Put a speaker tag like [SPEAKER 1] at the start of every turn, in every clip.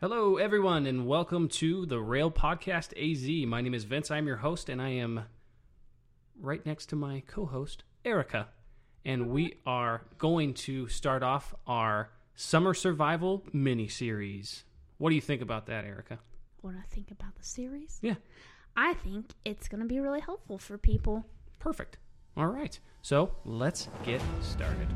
[SPEAKER 1] Hello, everyone, and welcome to the Rail Podcast AZ. My name is Vince. I'm your host, and I am right next to my co host, Erica. And we are going to start off our summer survival mini series. What do you think about that, Erica?
[SPEAKER 2] What I think about the series?
[SPEAKER 1] Yeah,
[SPEAKER 2] I think it's going to be really helpful for people.
[SPEAKER 1] perfect. All right, so let's get started.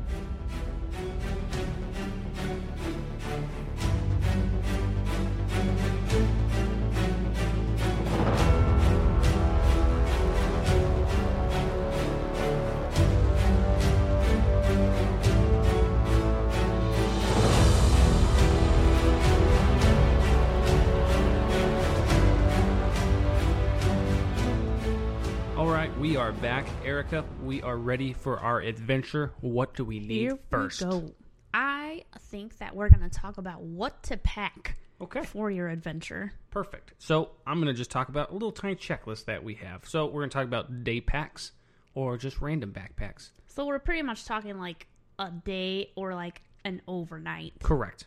[SPEAKER 1] All right, we are back, Erica. We are ready for our adventure. What do we need first?
[SPEAKER 2] we go. I think that we're going to talk about what to pack
[SPEAKER 1] Okay.
[SPEAKER 2] for your adventure.
[SPEAKER 1] Perfect. So I'm going to just talk about a little tiny checklist that we have. So we're going to talk about day packs or just random backpacks.
[SPEAKER 2] So we're pretty much talking like a day or like an overnight.
[SPEAKER 1] Correct.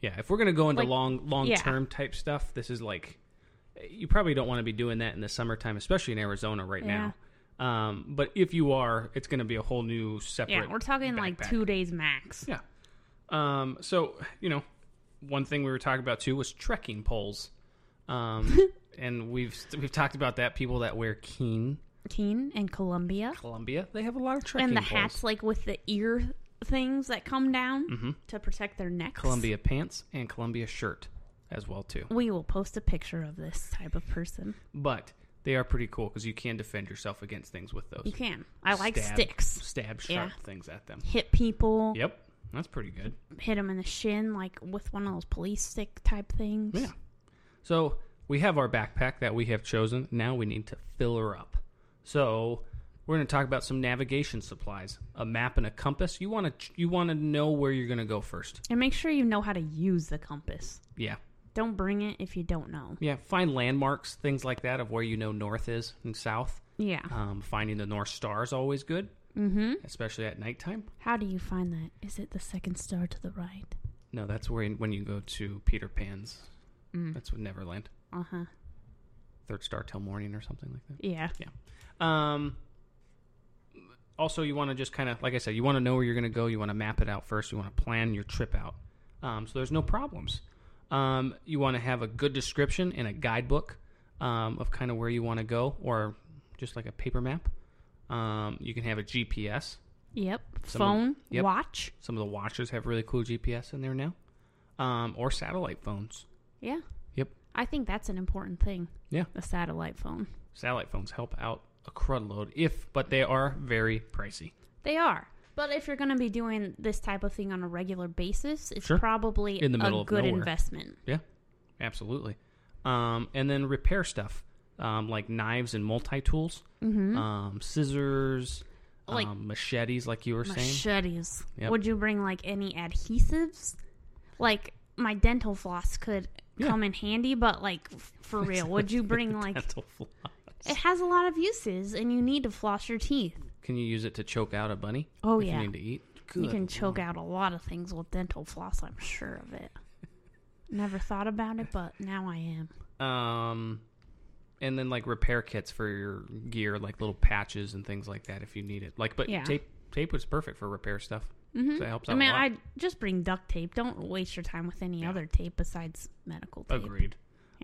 [SPEAKER 1] Yeah, if we're going to go into
[SPEAKER 2] Like-
[SPEAKER 1] long long term type stuff, this is like you probably don't want to be doing that in the summertime, especially in Arizona right now. Um, but if you are, it's going to be a whole new separate.
[SPEAKER 2] Yeah, we're talking like
[SPEAKER 1] backpack.
[SPEAKER 2] two days max.
[SPEAKER 1] Yeah. Um, so you know, one thing we were talking about too was trekking poles, um, and we've we've talked about that. People that wear keen
[SPEAKER 2] Keen and Columbia.
[SPEAKER 1] Columbia. They have a lot of trekking
[SPEAKER 2] and the
[SPEAKER 1] poles.
[SPEAKER 2] hats like with the ear things that come down
[SPEAKER 1] Mm-hmm.
[SPEAKER 2] to protect their necks.
[SPEAKER 1] Columbia pants and Columbia shirt as well too.
[SPEAKER 2] We will post a picture of this type of person.
[SPEAKER 1] But they are pretty cool because you can defend yourself against things with those.
[SPEAKER 2] You can. I like
[SPEAKER 1] Stab-
[SPEAKER 2] sticks.
[SPEAKER 1] Stab
[SPEAKER 2] Yeah.
[SPEAKER 1] sharp things at them.
[SPEAKER 2] Hit people.
[SPEAKER 1] Yep, that's pretty good.
[SPEAKER 2] hit him in the shin, like with one of those police stick type things.
[SPEAKER 1] Yeah. So we have our backpack that we have chosen. Now we need to fill her up. So we're going to talk about some navigation supplies: a map and a compass. You want to you want to know where you're going to go first.
[SPEAKER 2] And make sure you know how to use the compass.
[SPEAKER 1] Yeah,
[SPEAKER 2] Don't bring it if you don't know.
[SPEAKER 1] yeah. Find landmarks, things like that, of where you know north is and south.
[SPEAKER 2] Yeah.
[SPEAKER 1] Um, finding the North Star is always good,
[SPEAKER 2] Mm-hmm.
[SPEAKER 1] especially at nighttime.
[SPEAKER 2] How do you find that? Is it the second star to the right?
[SPEAKER 1] No, that's where when you go to Peter Pan's. That's with Neverland.
[SPEAKER 2] Uh huh.
[SPEAKER 1] Third star till morning or something like that.
[SPEAKER 2] Yeah.
[SPEAKER 1] Um, also, you want to just kind of, like I said, you want to know where you're going to go. You want to map it out first. You want to plan your trip out. Um, so there's no problems. Um, you want to have a good description and a guidebook um, of kind of where you want to go, or just like a paper map. Um, you can have a GPS.
[SPEAKER 2] Yep.
[SPEAKER 1] Some of-
[SPEAKER 2] Phone.
[SPEAKER 1] yep.
[SPEAKER 2] Watch.
[SPEAKER 1] Some of the watches have really cool GPS in there now, um, or satellite phones.
[SPEAKER 2] Yeah.
[SPEAKER 1] Yep.
[SPEAKER 2] I think that's an important thing.
[SPEAKER 1] Yeah.
[SPEAKER 2] The satellite phone.
[SPEAKER 1] Satellite phones help out a crud load, if but they are very pricey.
[SPEAKER 2] They are. But if you're going to be doing this type of thing on a regular basis, it's
[SPEAKER 1] Sure.
[SPEAKER 2] probably
[SPEAKER 1] In the middle
[SPEAKER 2] a
[SPEAKER 1] of
[SPEAKER 2] good
[SPEAKER 1] nowhere.
[SPEAKER 2] investment.
[SPEAKER 1] Yeah, absolutely. Um, and then repair stuff um, like knives and multi tools, um, scissors,
[SPEAKER 2] Mm-hmm. Like-
[SPEAKER 1] um, machetes, like you were saying.
[SPEAKER 2] machetes.
[SPEAKER 1] Yep.
[SPEAKER 2] Would you bring like any adhesives? Like my dental floss could
[SPEAKER 1] Yeah.
[SPEAKER 2] come in handy, but like f- for real, would you bring like
[SPEAKER 1] Dental floss.
[SPEAKER 2] it has a lot of uses and you need to floss your teeth.
[SPEAKER 1] Can you use it to choke out a bunny?
[SPEAKER 2] Oh,
[SPEAKER 1] if
[SPEAKER 2] yeah.
[SPEAKER 1] You need to eat.
[SPEAKER 2] you can choke out a lot of things with dental floss, I'm sure of it. Never thought about it, but now I am.
[SPEAKER 1] Um, and then like repair kits for your gear, like little patches and things like that, if you need it. Like, but
[SPEAKER 2] Yeah. Mm-hmm.
[SPEAKER 1] tape tape was perfect for repair stuff. So it helps
[SPEAKER 2] I
[SPEAKER 1] out
[SPEAKER 2] mean,
[SPEAKER 1] a lot.
[SPEAKER 2] I just bring duct tape. Don't waste your time with any other tape besides medical tape.
[SPEAKER 1] Agreed.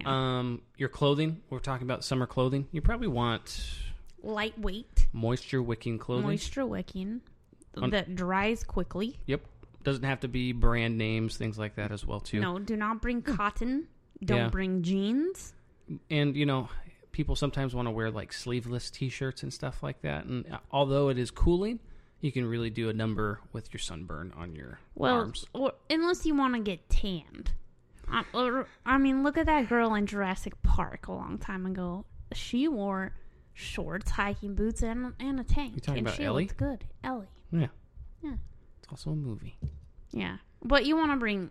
[SPEAKER 1] Um, your clothing. We're talking about summer clothing. You probably want
[SPEAKER 2] Lightweight,
[SPEAKER 1] moisture wicking clothing.
[SPEAKER 2] moisture wicking
[SPEAKER 1] On-
[SPEAKER 2] that dries quickly.
[SPEAKER 1] Yep. Doesn't have to be brand names, things like that as well too.
[SPEAKER 2] No, do not bring cotton. Don't
[SPEAKER 1] Hmm. Yeah.
[SPEAKER 2] bring jeans.
[SPEAKER 1] And you know, people sometimes want to wear like sleeveless t-shirts and stuff like that. And uh, although it is cooling, you can really do a number with your sunburn on your
[SPEAKER 2] Well,
[SPEAKER 1] arms.
[SPEAKER 2] or, unless you want to get tanned. I, or, I mean, look at that girl in Jurassic Park a long time ago. She wore shorts, hiking boots, and and a tank.
[SPEAKER 1] You talking
[SPEAKER 2] and
[SPEAKER 1] about
[SPEAKER 2] she
[SPEAKER 1] Ellie?
[SPEAKER 2] looked good. Ellie.
[SPEAKER 1] Yeah.
[SPEAKER 2] Yeah.
[SPEAKER 1] It's also a movie.
[SPEAKER 2] Yeah, but you want to bring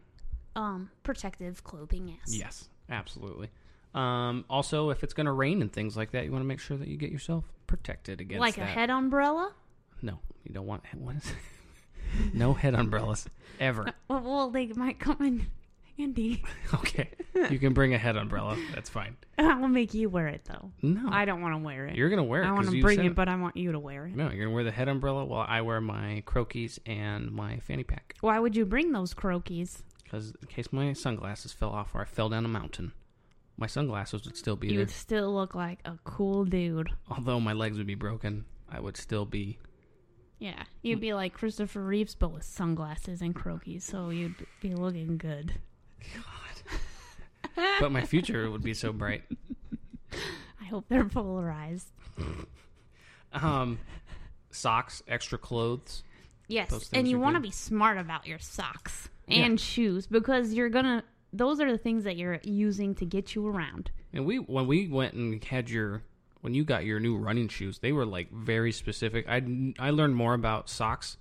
[SPEAKER 2] um protective clothing. Yes.
[SPEAKER 1] Yes, absolutely. Um, also, if it's going to rain and things like that, you want to make sure that you get yourself protected against
[SPEAKER 2] Like a
[SPEAKER 1] that.
[SPEAKER 2] head umbrella.
[SPEAKER 1] No, you don't want what is no head umbrellas ever.
[SPEAKER 2] Well, well, they Uh, might come in Andy,
[SPEAKER 1] Okay. You can bring a head umbrella. That's fine.
[SPEAKER 2] I'll make you wear it though.
[SPEAKER 1] No.
[SPEAKER 2] I don't want to wear it.
[SPEAKER 1] Oh. you're going to wear it.
[SPEAKER 2] I want
[SPEAKER 1] 'cause
[SPEAKER 2] to
[SPEAKER 1] you
[SPEAKER 2] bring
[SPEAKER 1] said
[SPEAKER 2] it, but I want you to wear it.
[SPEAKER 1] No, you're going to wear the head umbrella while I wear my croquis and my fanny pack.
[SPEAKER 2] Why would you bring those croquis?
[SPEAKER 1] Because in case my sunglasses fell off or I fell down a mountain, my sunglasses would still be
[SPEAKER 2] You
[SPEAKER 1] there.
[SPEAKER 2] would still look like a cool dude.
[SPEAKER 1] Although my legs would be broken, I would still be.
[SPEAKER 2] Yeah, you'd be like Christopher Reeves, but with sunglasses and croquis, so you'd be looking good.
[SPEAKER 1] But my future would be so bright.
[SPEAKER 2] I hope they're polarized.
[SPEAKER 1] Um, socks, extra clothes. Those
[SPEAKER 2] Yes,
[SPEAKER 1] things
[SPEAKER 2] and you
[SPEAKER 1] are
[SPEAKER 2] want to
[SPEAKER 1] good.
[SPEAKER 2] be smart about your socks
[SPEAKER 1] Yeah.
[SPEAKER 2] and shoes because you're gonna. Those are the things that you're using to get you around.
[SPEAKER 1] And we when we went and had your when you got your new running shoes, they were like very specific. I I learned more about socks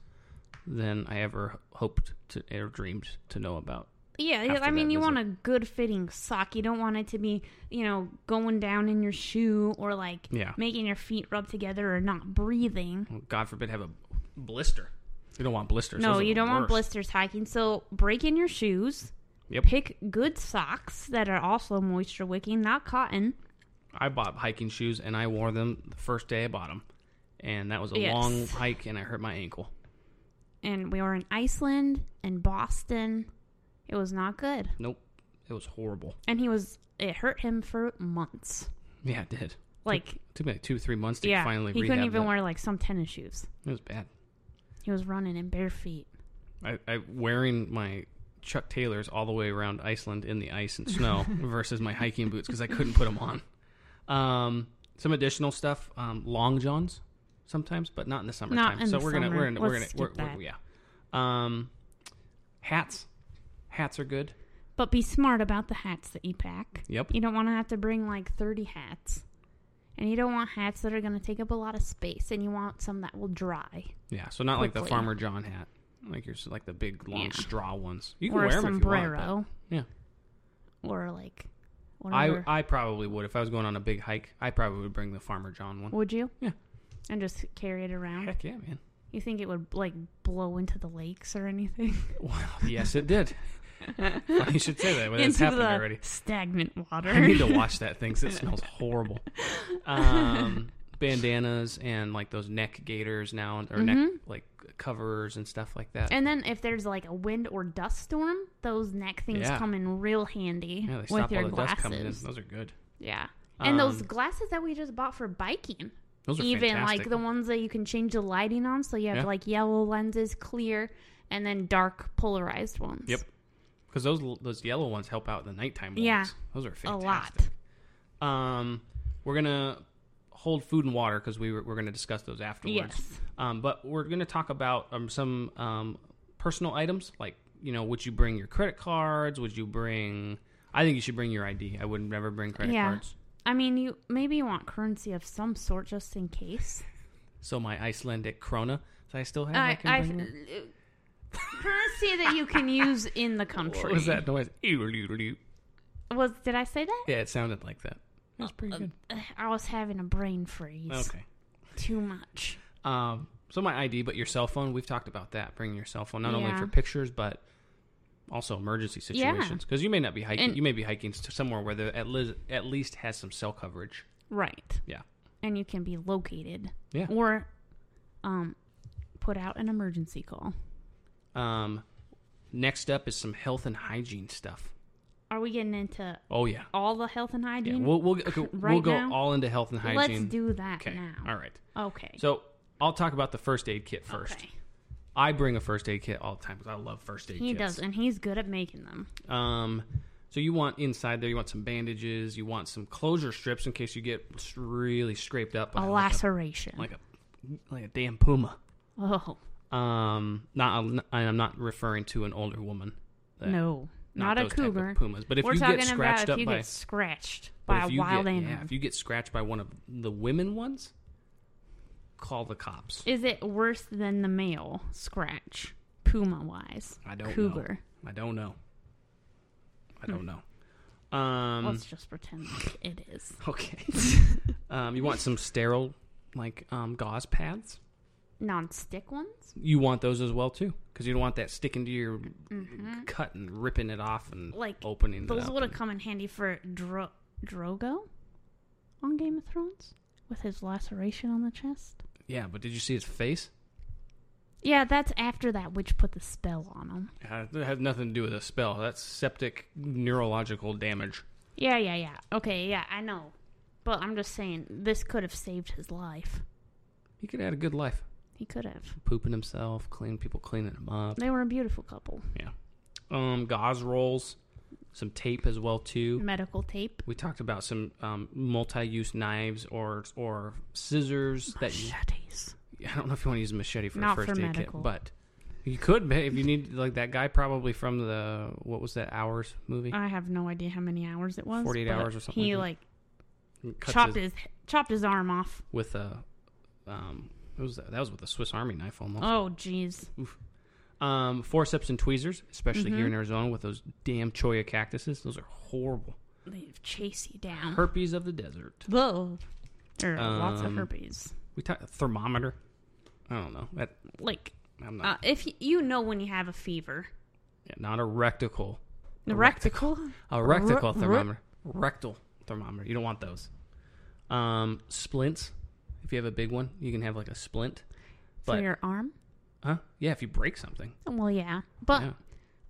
[SPEAKER 1] than I ever hoped to or dreamed to know about.
[SPEAKER 2] Yeah,
[SPEAKER 1] After
[SPEAKER 2] I mean,
[SPEAKER 1] that
[SPEAKER 2] you
[SPEAKER 1] visit.
[SPEAKER 2] want a good fitting sock. You don't want it to be, you know, going down in your shoe or like
[SPEAKER 1] Yeah.
[SPEAKER 2] making your feet rub together or not breathing.
[SPEAKER 1] God forbid have a blister. You don't want blisters.
[SPEAKER 2] No,
[SPEAKER 1] Those are
[SPEAKER 2] you
[SPEAKER 1] the
[SPEAKER 2] don't want
[SPEAKER 1] worst.
[SPEAKER 2] blisters hiking. So break in your shoes.
[SPEAKER 1] Yep.
[SPEAKER 2] Pick good socks that are also moisture wicking, not cotton.
[SPEAKER 1] I bought hiking shoes and I wore them the first day I bought them, and that was a
[SPEAKER 2] Yes.
[SPEAKER 1] long hike and I hurt my ankle.
[SPEAKER 2] And we were in Iceland and Boston. It was not good.
[SPEAKER 1] Nope, it was horrible.
[SPEAKER 2] And he was, it hurt him for months.
[SPEAKER 1] Yeah, it did.
[SPEAKER 2] Like,
[SPEAKER 1] Took me like two three months to
[SPEAKER 2] yeah,
[SPEAKER 1] finally.
[SPEAKER 2] he
[SPEAKER 1] rehab
[SPEAKER 2] couldn't even
[SPEAKER 1] that.
[SPEAKER 2] wear like some tennis shoes.
[SPEAKER 1] It was bad.
[SPEAKER 2] He was running in bare feet.
[SPEAKER 1] I, I wearing my Chuck Taylors all the way around Iceland in the ice and snow versus my hiking boots because I couldn't put them on. Um, some additional stuff, um, long johns sometimes, but not in the summertime.
[SPEAKER 2] in
[SPEAKER 1] so
[SPEAKER 2] the
[SPEAKER 1] we're gonna we're
[SPEAKER 2] summer.
[SPEAKER 1] gonna we're gonna
[SPEAKER 2] Let's
[SPEAKER 1] we're,
[SPEAKER 2] skip
[SPEAKER 1] we're- yeah. Um, hats, hats are good.
[SPEAKER 2] But be smart about the hats that you pack.
[SPEAKER 1] Yep.
[SPEAKER 2] You don't want to have to bring like 30 hats. And you don't want hats that are going to take up a lot of space, and you want some that will dry.
[SPEAKER 1] Yeah, so not like the
[SPEAKER 2] Quickly.
[SPEAKER 1] Farmer John hat, like your like the big long
[SPEAKER 2] Yeah.
[SPEAKER 1] straw ones. You can
[SPEAKER 2] Or a
[SPEAKER 1] wear them if
[SPEAKER 2] sombrero.
[SPEAKER 1] you want. but- yeah.
[SPEAKER 2] Or like,
[SPEAKER 1] I
[SPEAKER 2] whatever.
[SPEAKER 1] I probably would if I was going on a big hike. I probably would bring the Farmer John one.
[SPEAKER 2] Would you?
[SPEAKER 1] Yeah.
[SPEAKER 2] And just carry it around?
[SPEAKER 1] Heck yeah, man.
[SPEAKER 2] You think it would like blow into the lakes or anything?
[SPEAKER 1] Well, yes, it did. Funny you should say that. Well, that's
[SPEAKER 2] into
[SPEAKER 1] happened
[SPEAKER 2] the
[SPEAKER 1] already.
[SPEAKER 2] stagnant water.
[SPEAKER 1] I need to wash that thing 'cause it smells horrible. Um, bandanas and like those neck gaiters now, or neck like covers and stuff like that.
[SPEAKER 2] Mm-hmm. and then if there's like a wind or dust storm, those neck things
[SPEAKER 1] Yeah.
[SPEAKER 2] come in real handy
[SPEAKER 1] yeah, they
[SPEAKER 2] with
[SPEAKER 1] stop all
[SPEAKER 2] your
[SPEAKER 1] the
[SPEAKER 2] glasses.
[SPEAKER 1] dust coming in. Those are good.
[SPEAKER 2] Yeah. And those
[SPEAKER 1] Um,
[SPEAKER 2] glasses that we just bought for biking.
[SPEAKER 1] Those are
[SPEAKER 2] Even
[SPEAKER 1] fantastic.
[SPEAKER 2] like the ones that you can change the lighting on. So you have
[SPEAKER 1] Yeah.
[SPEAKER 2] like yellow lenses, clear, and then dark polarized ones.
[SPEAKER 1] Yep. Because those l- those yellow ones help out in the nighttime ones.
[SPEAKER 2] Yeah.
[SPEAKER 1] Those are
[SPEAKER 2] A lot.
[SPEAKER 1] fantastic. Um, we're gonna hold food and water because we were, we're gonna discuss those afterwards.
[SPEAKER 2] Yes.
[SPEAKER 1] Um, but we're gonna talk about um, some um, personal items like you know would you bring your credit cards? Would you bring? I think you should bring your ID. I would never bring credit
[SPEAKER 2] Yeah.
[SPEAKER 1] cards.
[SPEAKER 2] I mean, you maybe you want currency of some sort just in case.
[SPEAKER 1] So my Icelandic krona that I still have. I,
[SPEAKER 2] I,
[SPEAKER 1] can
[SPEAKER 2] I,
[SPEAKER 1] bring that?
[SPEAKER 2] currency that you can use in the country.
[SPEAKER 1] what was that noise? Yeah,
[SPEAKER 2] Was did I say that?
[SPEAKER 1] it sounded like that. That was pretty good.
[SPEAKER 2] Ugh, I was having a brain freeze.
[SPEAKER 1] Okay.
[SPEAKER 2] Too much.
[SPEAKER 1] Um, so my ID, but your cell phone. We've talked about that. Bringing your cell phone not only
[SPEAKER 2] Yeah.
[SPEAKER 1] for pictures but also emergency
[SPEAKER 2] Yeah.
[SPEAKER 1] situations because you may not be hiking.
[SPEAKER 2] And-
[SPEAKER 1] you may be hiking s- somewhere where there at least at least has some cell coverage.
[SPEAKER 2] Right.
[SPEAKER 1] Yeah,
[SPEAKER 2] And you can be located.
[SPEAKER 1] Yeah.
[SPEAKER 2] Or um put out an emergency call.
[SPEAKER 1] Um, next up is some health and hygiene stuff.
[SPEAKER 2] Are we getting into
[SPEAKER 1] Oh yeah,
[SPEAKER 2] all the health and
[SPEAKER 1] yeah.
[SPEAKER 2] hygiene?
[SPEAKER 1] We'll we'll, okay, we'll
[SPEAKER 2] Right
[SPEAKER 1] go
[SPEAKER 2] now?
[SPEAKER 1] all into health and hygiene.
[SPEAKER 2] Let's do that
[SPEAKER 1] okay.
[SPEAKER 2] now.
[SPEAKER 1] All right.
[SPEAKER 2] Okay.
[SPEAKER 1] So I'll talk about the first aid kit first.
[SPEAKER 2] Okay.
[SPEAKER 1] I bring a first aid kit all the time because I love first aid.
[SPEAKER 2] He
[SPEAKER 1] kits.
[SPEAKER 2] does, and he's good at making them.
[SPEAKER 1] Um, so you want inside there, you want some bandages, you want some closure strips in case you get s- really scraped up by
[SPEAKER 2] A
[SPEAKER 1] like a,
[SPEAKER 2] laceration.
[SPEAKER 1] like a like a damn puma.
[SPEAKER 2] oh
[SPEAKER 1] Um, not and I'm not referring to an older woman. that-
[SPEAKER 2] no, not, a
[SPEAKER 1] those type of
[SPEAKER 2] cougar.
[SPEAKER 1] pumas, but if
[SPEAKER 2] We're
[SPEAKER 1] you
[SPEAKER 2] talking
[SPEAKER 1] get scratched
[SPEAKER 2] about if
[SPEAKER 1] up
[SPEAKER 2] you
[SPEAKER 1] by
[SPEAKER 2] get scratched
[SPEAKER 1] but
[SPEAKER 2] by
[SPEAKER 1] if
[SPEAKER 2] a
[SPEAKER 1] you
[SPEAKER 2] wild
[SPEAKER 1] get,
[SPEAKER 2] animal.
[SPEAKER 1] yeah, if you get scratched by one of the women ones, call the cops.
[SPEAKER 2] Is it worse than the male scratch, puma wise?
[SPEAKER 1] I don't
[SPEAKER 2] cougar. Hmm.
[SPEAKER 1] know. I don't know. I don't know. Um,
[SPEAKER 2] Let's just pretend like it is.
[SPEAKER 1] Okay. um, you want some sterile, like um, gauze pads?
[SPEAKER 2] non-stick ones.
[SPEAKER 1] You want those as well too, because you don't want that sticking to your cut and ripping it off and
[SPEAKER 2] Mm-hmm. Like,
[SPEAKER 1] opening it
[SPEAKER 2] Those
[SPEAKER 1] up
[SPEAKER 2] would have
[SPEAKER 1] and-
[SPEAKER 2] come in handy for Dro- Drogo on Game of Thrones with his laceration on the chest.
[SPEAKER 1] yeah, but did you see his face?
[SPEAKER 2] Yeah, that's after that witch put the spell on him.
[SPEAKER 1] Uh, That has nothing to do with a spell. That's septic neurological damage.
[SPEAKER 2] Yeah, yeah, yeah. Okay, yeah, I know. But I'm just saying, this could have saved his life.
[SPEAKER 1] He could have had a good life,
[SPEAKER 2] He could have.
[SPEAKER 1] pooping himself, clean people cleaning him up.
[SPEAKER 2] They were a beautiful couple.
[SPEAKER 1] Yeah, um, gauze rolls, some tape as well too.
[SPEAKER 2] Medical tape.
[SPEAKER 1] We talked about some um, multi-use knives or or scissors that you
[SPEAKER 2] Machetes.
[SPEAKER 1] I don't know if you want to use a machete for
[SPEAKER 2] Not
[SPEAKER 1] a first
[SPEAKER 2] for
[SPEAKER 1] aid
[SPEAKER 2] medical.
[SPEAKER 1] kit, but you could ma- if you need like that guy probably from the what was that hours movie?
[SPEAKER 2] I have no idea how many hours it Uh, was.
[SPEAKER 1] 48
[SPEAKER 2] but
[SPEAKER 1] hours or something
[SPEAKER 2] He
[SPEAKER 1] like
[SPEAKER 2] like,
[SPEAKER 1] Cuts
[SPEAKER 2] chopped
[SPEAKER 1] his-
[SPEAKER 2] his, chopped his arm off.
[SPEAKER 1] with a um what was that? that was with a Swiss Army knife almost.
[SPEAKER 2] Oh, jeez. Oh.
[SPEAKER 1] Um, forceps and tweezers, especially
[SPEAKER 2] Mm-hmm.
[SPEAKER 1] here in Arizona with those damn choya cactuses. Those are horrible.
[SPEAKER 2] They chase you down.
[SPEAKER 1] Herpes of the desert.
[SPEAKER 2] Whoa. There are lots of
[SPEAKER 1] Um,
[SPEAKER 2] herpes.
[SPEAKER 1] We talked thermometer. I don't know. That
[SPEAKER 2] Like,
[SPEAKER 1] I'm not
[SPEAKER 2] uh, if y- you know when you have a fever,
[SPEAKER 1] yeah, not a rectical.
[SPEAKER 2] the rectal.
[SPEAKER 1] A rectical
[SPEAKER 2] Re- re-
[SPEAKER 1] thermometer. Rectal thermometer. You don't want those. Um, splints. If you have a big one, you can have like a splint.
[SPEAKER 2] For
[SPEAKER 1] But
[SPEAKER 2] your arm?
[SPEAKER 1] huh? Yeah, if you break something.
[SPEAKER 2] Well, yeah. But,
[SPEAKER 1] yeah.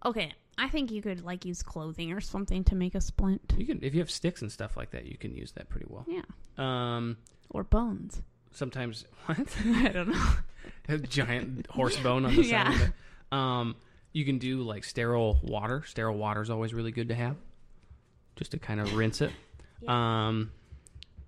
[SPEAKER 2] okay, I think you could, like, use clothing or something to make a splint.
[SPEAKER 1] You can if you have sticks and stuff like that, you can use that pretty well.
[SPEAKER 2] Yeah.
[SPEAKER 1] Um,
[SPEAKER 2] Or bones.
[SPEAKER 1] sometimes what?
[SPEAKER 2] I don't know.
[SPEAKER 1] a giant horse bone on the side of
[SPEAKER 2] Yeah.
[SPEAKER 1] it. Um, you can do like sterile water. Sterile water is always really good to have, just to kind of rinse it. Um,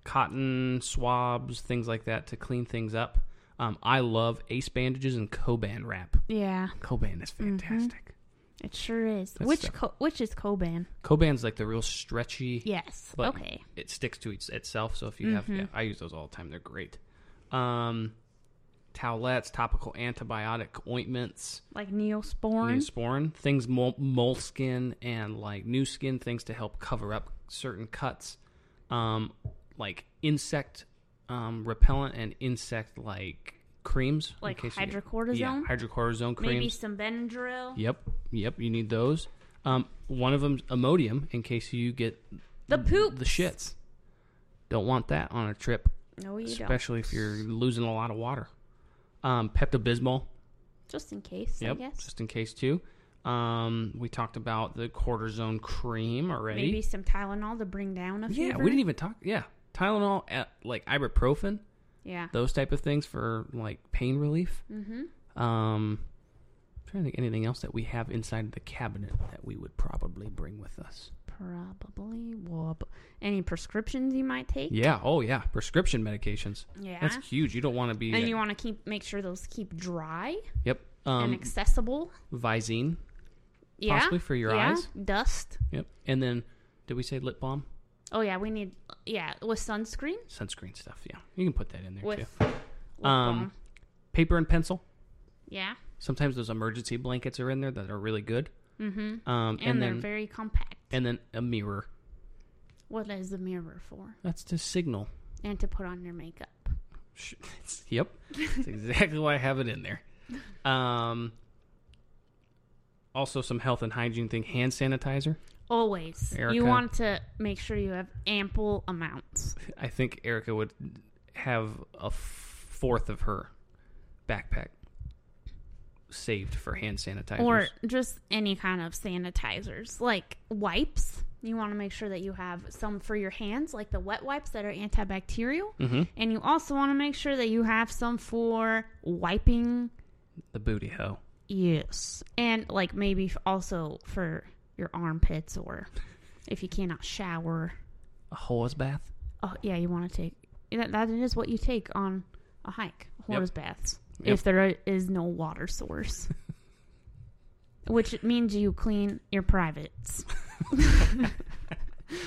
[SPEAKER 1] cotton swabs, things like that to clean things up. Um, I love ace bandages and coband wrap.
[SPEAKER 2] Yeah,
[SPEAKER 1] Coband is fantastic.
[SPEAKER 2] it sure is.
[SPEAKER 1] That's
[SPEAKER 2] which
[SPEAKER 1] stuff.
[SPEAKER 2] co- which is Coban?
[SPEAKER 1] Coband's like the real stretchy.
[SPEAKER 2] Yes.
[SPEAKER 1] but
[SPEAKER 2] okay.
[SPEAKER 1] It sticks to its, itself. So if you have, yeah, I use those all the time. They're great. Um, towelettes, topical antibiotic ointments.
[SPEAKER 2] Like Neosporin.
[SPEAKER 1] new Neosporin, things mol- moleskin and like new skin things to help cover up certain cuts, um, like insect um, repellent and insect like creams, in
[SPEAKER 2] Like
[SPEAKER 1] case you get-
[SPEAKER 2] hydrocortisone?
[SPEAKER 1] yeah, hydrocortisone
[SPEAKER 2] Maybe
[SPEAKER 1] creams.
[SPEAKER 2] some Benadryl.
[SPEAKER 1] Yep, yep, you need those. Um, one of them's Imodium in case you get
[SPEAKER 2] The poop.
[SPEAKER 1] the shits. Don't want that on a trip,
[SPEAKER 2] No, you don't.
[SPEAKER 1] especially if you're losing a lot of water. Um, Pepto Bismol,
[SPEAKER 2] Just in case, I
[SPEAKER 1] Yep,
[SPEAKER 2] guess.
[SPEAKER 1] just in case too. Um, we talked about the cortisone cream already.
[SPEAKER 2] Maybe some Tylenol to bring down a
[SPEAKER 1] yeah,
[SPEAKER 2] fever.
[SPEAKER 1] we didn't even talk. Yeah, Tylenol, uh, like ibuprofen,
[SPEAKER 2] Yeah.
[SPEAKER 1] those type of things for like pain relief.
[SPEAKER 2] Mm-hmm.
[SPEAKER 1] Um, I'm trying to think anything else that we have inside the cabinet that we would probably bring with us.
[SPEAKER 2] Probably. Whoop. Any prescriptions you might take?
[SPEAKER 1] Yeah. Oh yeah, prescription medications.
[SPEAKER 2] Yeah.
[SPEAKER 1] That's huge. You don't want to be.
[SPEAKER 2] And you want to keep make sure those keep dry
[SPEAKER 1] yep.
[SPEAKER 2] and
[SPEAKER 1] Um,
[SPEAKER 2] accessible.
[SPEAKER 1] Visine.
[SPEAKER 2] Yeah.
[SPEAKER 1] possibly for your
[SPEAKER 2] yeah.
[SPEAKER 1] eyes.
[SPEAKER 2] Dust.
[SPEAKER 1] Yep. And then, did we say lip balm?
[SPEAKER 2] Oh yeah, we need yeah with sunscreen
[SPEAKER 1] Sunscreen stuff. Yeah, you can put that in there
[SPEAKER 2] with
[SPEAKER 1] too.
[SPEAKER 2] lip
[SPEAKER 1] Um,
[SPEAKER 2] balm.
[SPEAKER 1] paper and pencil.
[SPEAKER 2] Yeah.
[SPEAKER 1] Sometimes those emergency blankets are in there that are really good.
[SPEAKER 2] Mm-hmm.
[SPEAKER 1] Um,
[SPEAKER 2] And,
[SPEAKER 1] and,
[SPEAKER 2] they're
[SPEAKER 1] then
[SPEAKER 2] very compact.
[SPEAKER 1] and then a mirror.
[SPEAKER 2] What is the mirror for?
[SPEAKER 1] That's to signal.
[SPEAKER 2] And to put on your makeup.
[SPEAKER 1] Sh- yep, that's exactly why I have it in there. Um, also, some health and hygiene thing: hand sanitizer.
[SPEAKER 2] Always.
[SPEAKER 1] Erica.
[SPEAKER 2] You want to make sure you have ample amounts.
[SPEAKER 1] I think Erica would have a fourth of her backpack saved for hand sanitizers.
[SPEAKER 2] Or just any kind of sanitizers, like wipes. You want to make sure that you have some for your hands, like the wet wipes that are antibacterial.
[SPEAKER 1] Mhm.
[SPEAKER 2] And you also want to make sure that you have some for wiping.
[SPEAKER 1] the booty hoe.
[SPEAKER 2] Yes. And like maybe f- also for your armpits or if you cannot shower.
[SPEAKER 1] A hose bath.
[SPEAKER 2] Oh yeah, you want to take that. That is what you take on a hike, horse baths,
[SPEAKER 1] Yep.
[SPEAKER 2] if there is no water source, which means you clean your privates.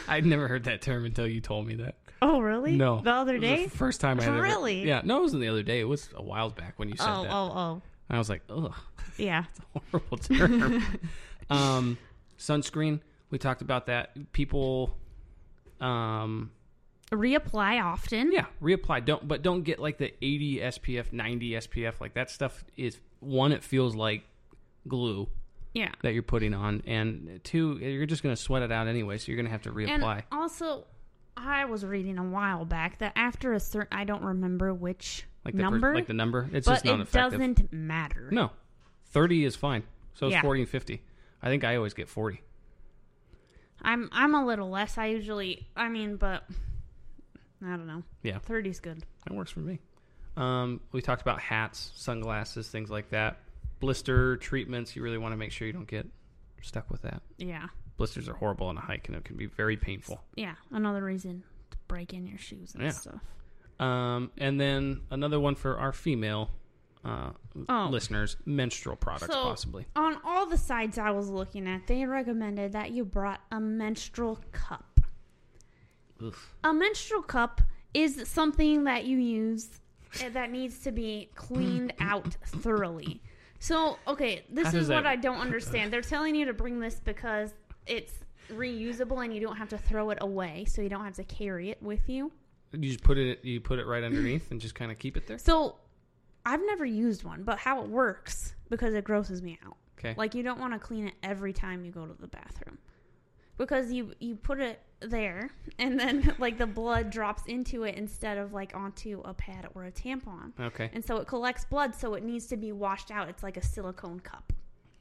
[SPEAKER 1] I'd never heard that term until you told me that.
[SPEAKER 2] Oh really?
[SPEAKER 1] No.
[SPEAKER 2] The other
[SPEAKER 1] It was
[SPEAKER 2] day.
[SPEAKER 1] the first time I ever.
[SPEAKER 2] Really?
[SPEAKER 1] Yeah. No, it wasn't the other day. It was a while back when you said
[SPEAKER 2] Oh
[SPEAKER 1] that.
[SPEAKER 2] oh oh
[SPEAKER 1] And I was like, ugh,
[SPEAKER 2] yeah.
[SPEAKER 1] horrible term. um, sunscreen. We talked about that. People, um,
[SPEAKER 2] reapply often.
[SPEAKER 1] Yeah, reapply. Don't but don't get like the 80 SPF, 90 SPF. Like that stuff is one. It feels like glue
[SPEAKER 2] Yeah.
[SPEAKER 1] that you're putting on, and two, you're just gonna sweat it out anyway. So you're gonna have to
[SPEAKER 2] And
[SPEAKER 1] reapply.
[SPEAKER 2] also, I was reading a while back that after a certain, I don't remember which
[SPEAKER 1] like the per-
[SPEAKER 2] number,
[SPEAKER 1] like the number. It's
[SPEAKER 2] but
[SPEAKER 1] just not
[SPEAKER 2] it
[SPEAKER 1] effective.
[SPEAKER 2] doesn't matter.
[SPEAKER 1] No, thirty is fine. So it's
[SPEAKER 2] Yeah.
[SPEAKER 1] forty and fifty. I think I always get forty.
[SPEAKER 2] I'm I'm a little less. I usually, I mean, but I don't know.
[SPEAKER 1] Yeah,
[SPEAKER 2] Thirty's good.
[SPEAKER 1] that works for me. Um, we talked about hats, sunglasses, things like that. Blister treatments. You really want to make sure you don't get stuck with that.
[SPEAKER 2] Yeah,
[SPEAKER 1] Blisters are horrible on a hike, and it can be very painful.
[SPEAKER 2] yeah. Another reason to break in your shoes and
[SPEAKER 1] Yeah.
[SPEAKER 2] stuff.
[SPEAKER 1] Um, and then another one for our female uh,
[SPEAKER 2] Oh.
[SPEAKER 1] listeners: menstrual products,
[SPEAKER 2] So-
[SPEAKER 1] possibly.
[SPEAKER 2] On all the sites I was looking at, they recommended that you brought a menstrual cup.
[SPEAKER 1] Oof.
[SPEAKER 2] A menstrual cup is something that you use that needs to be cleaned out thoroughly. So, okay, this
[SPEAKER 1] How
[SPEAKER 2] is
[SPEAKER 1] does
[SPEAKER 2] what
[SPEAKER 1] that-
[SPEAKER 2] I don't understand. They're telling you to bring this because it's reusable and you don't have to throw it away, so you don't have to carry it with you.
[SPEAKER 1] You just put it. You put it right underneath, and just kind of keep it there.
[SPEAKER 2] So, I've never used one, but how it works because it grosses me out.
[SPEAKER 1] Okay.
[SPEAKER 2] Like you don't want to clean it every time you go to the bathroom. Because you you put it there and then like the blood drops into it instead of like onto a pad or a tampon.
[SPEAKER 1] okay.
[SPEAKER 2] And so it collects blood so it needs to be washed out. It's like a silicone cup,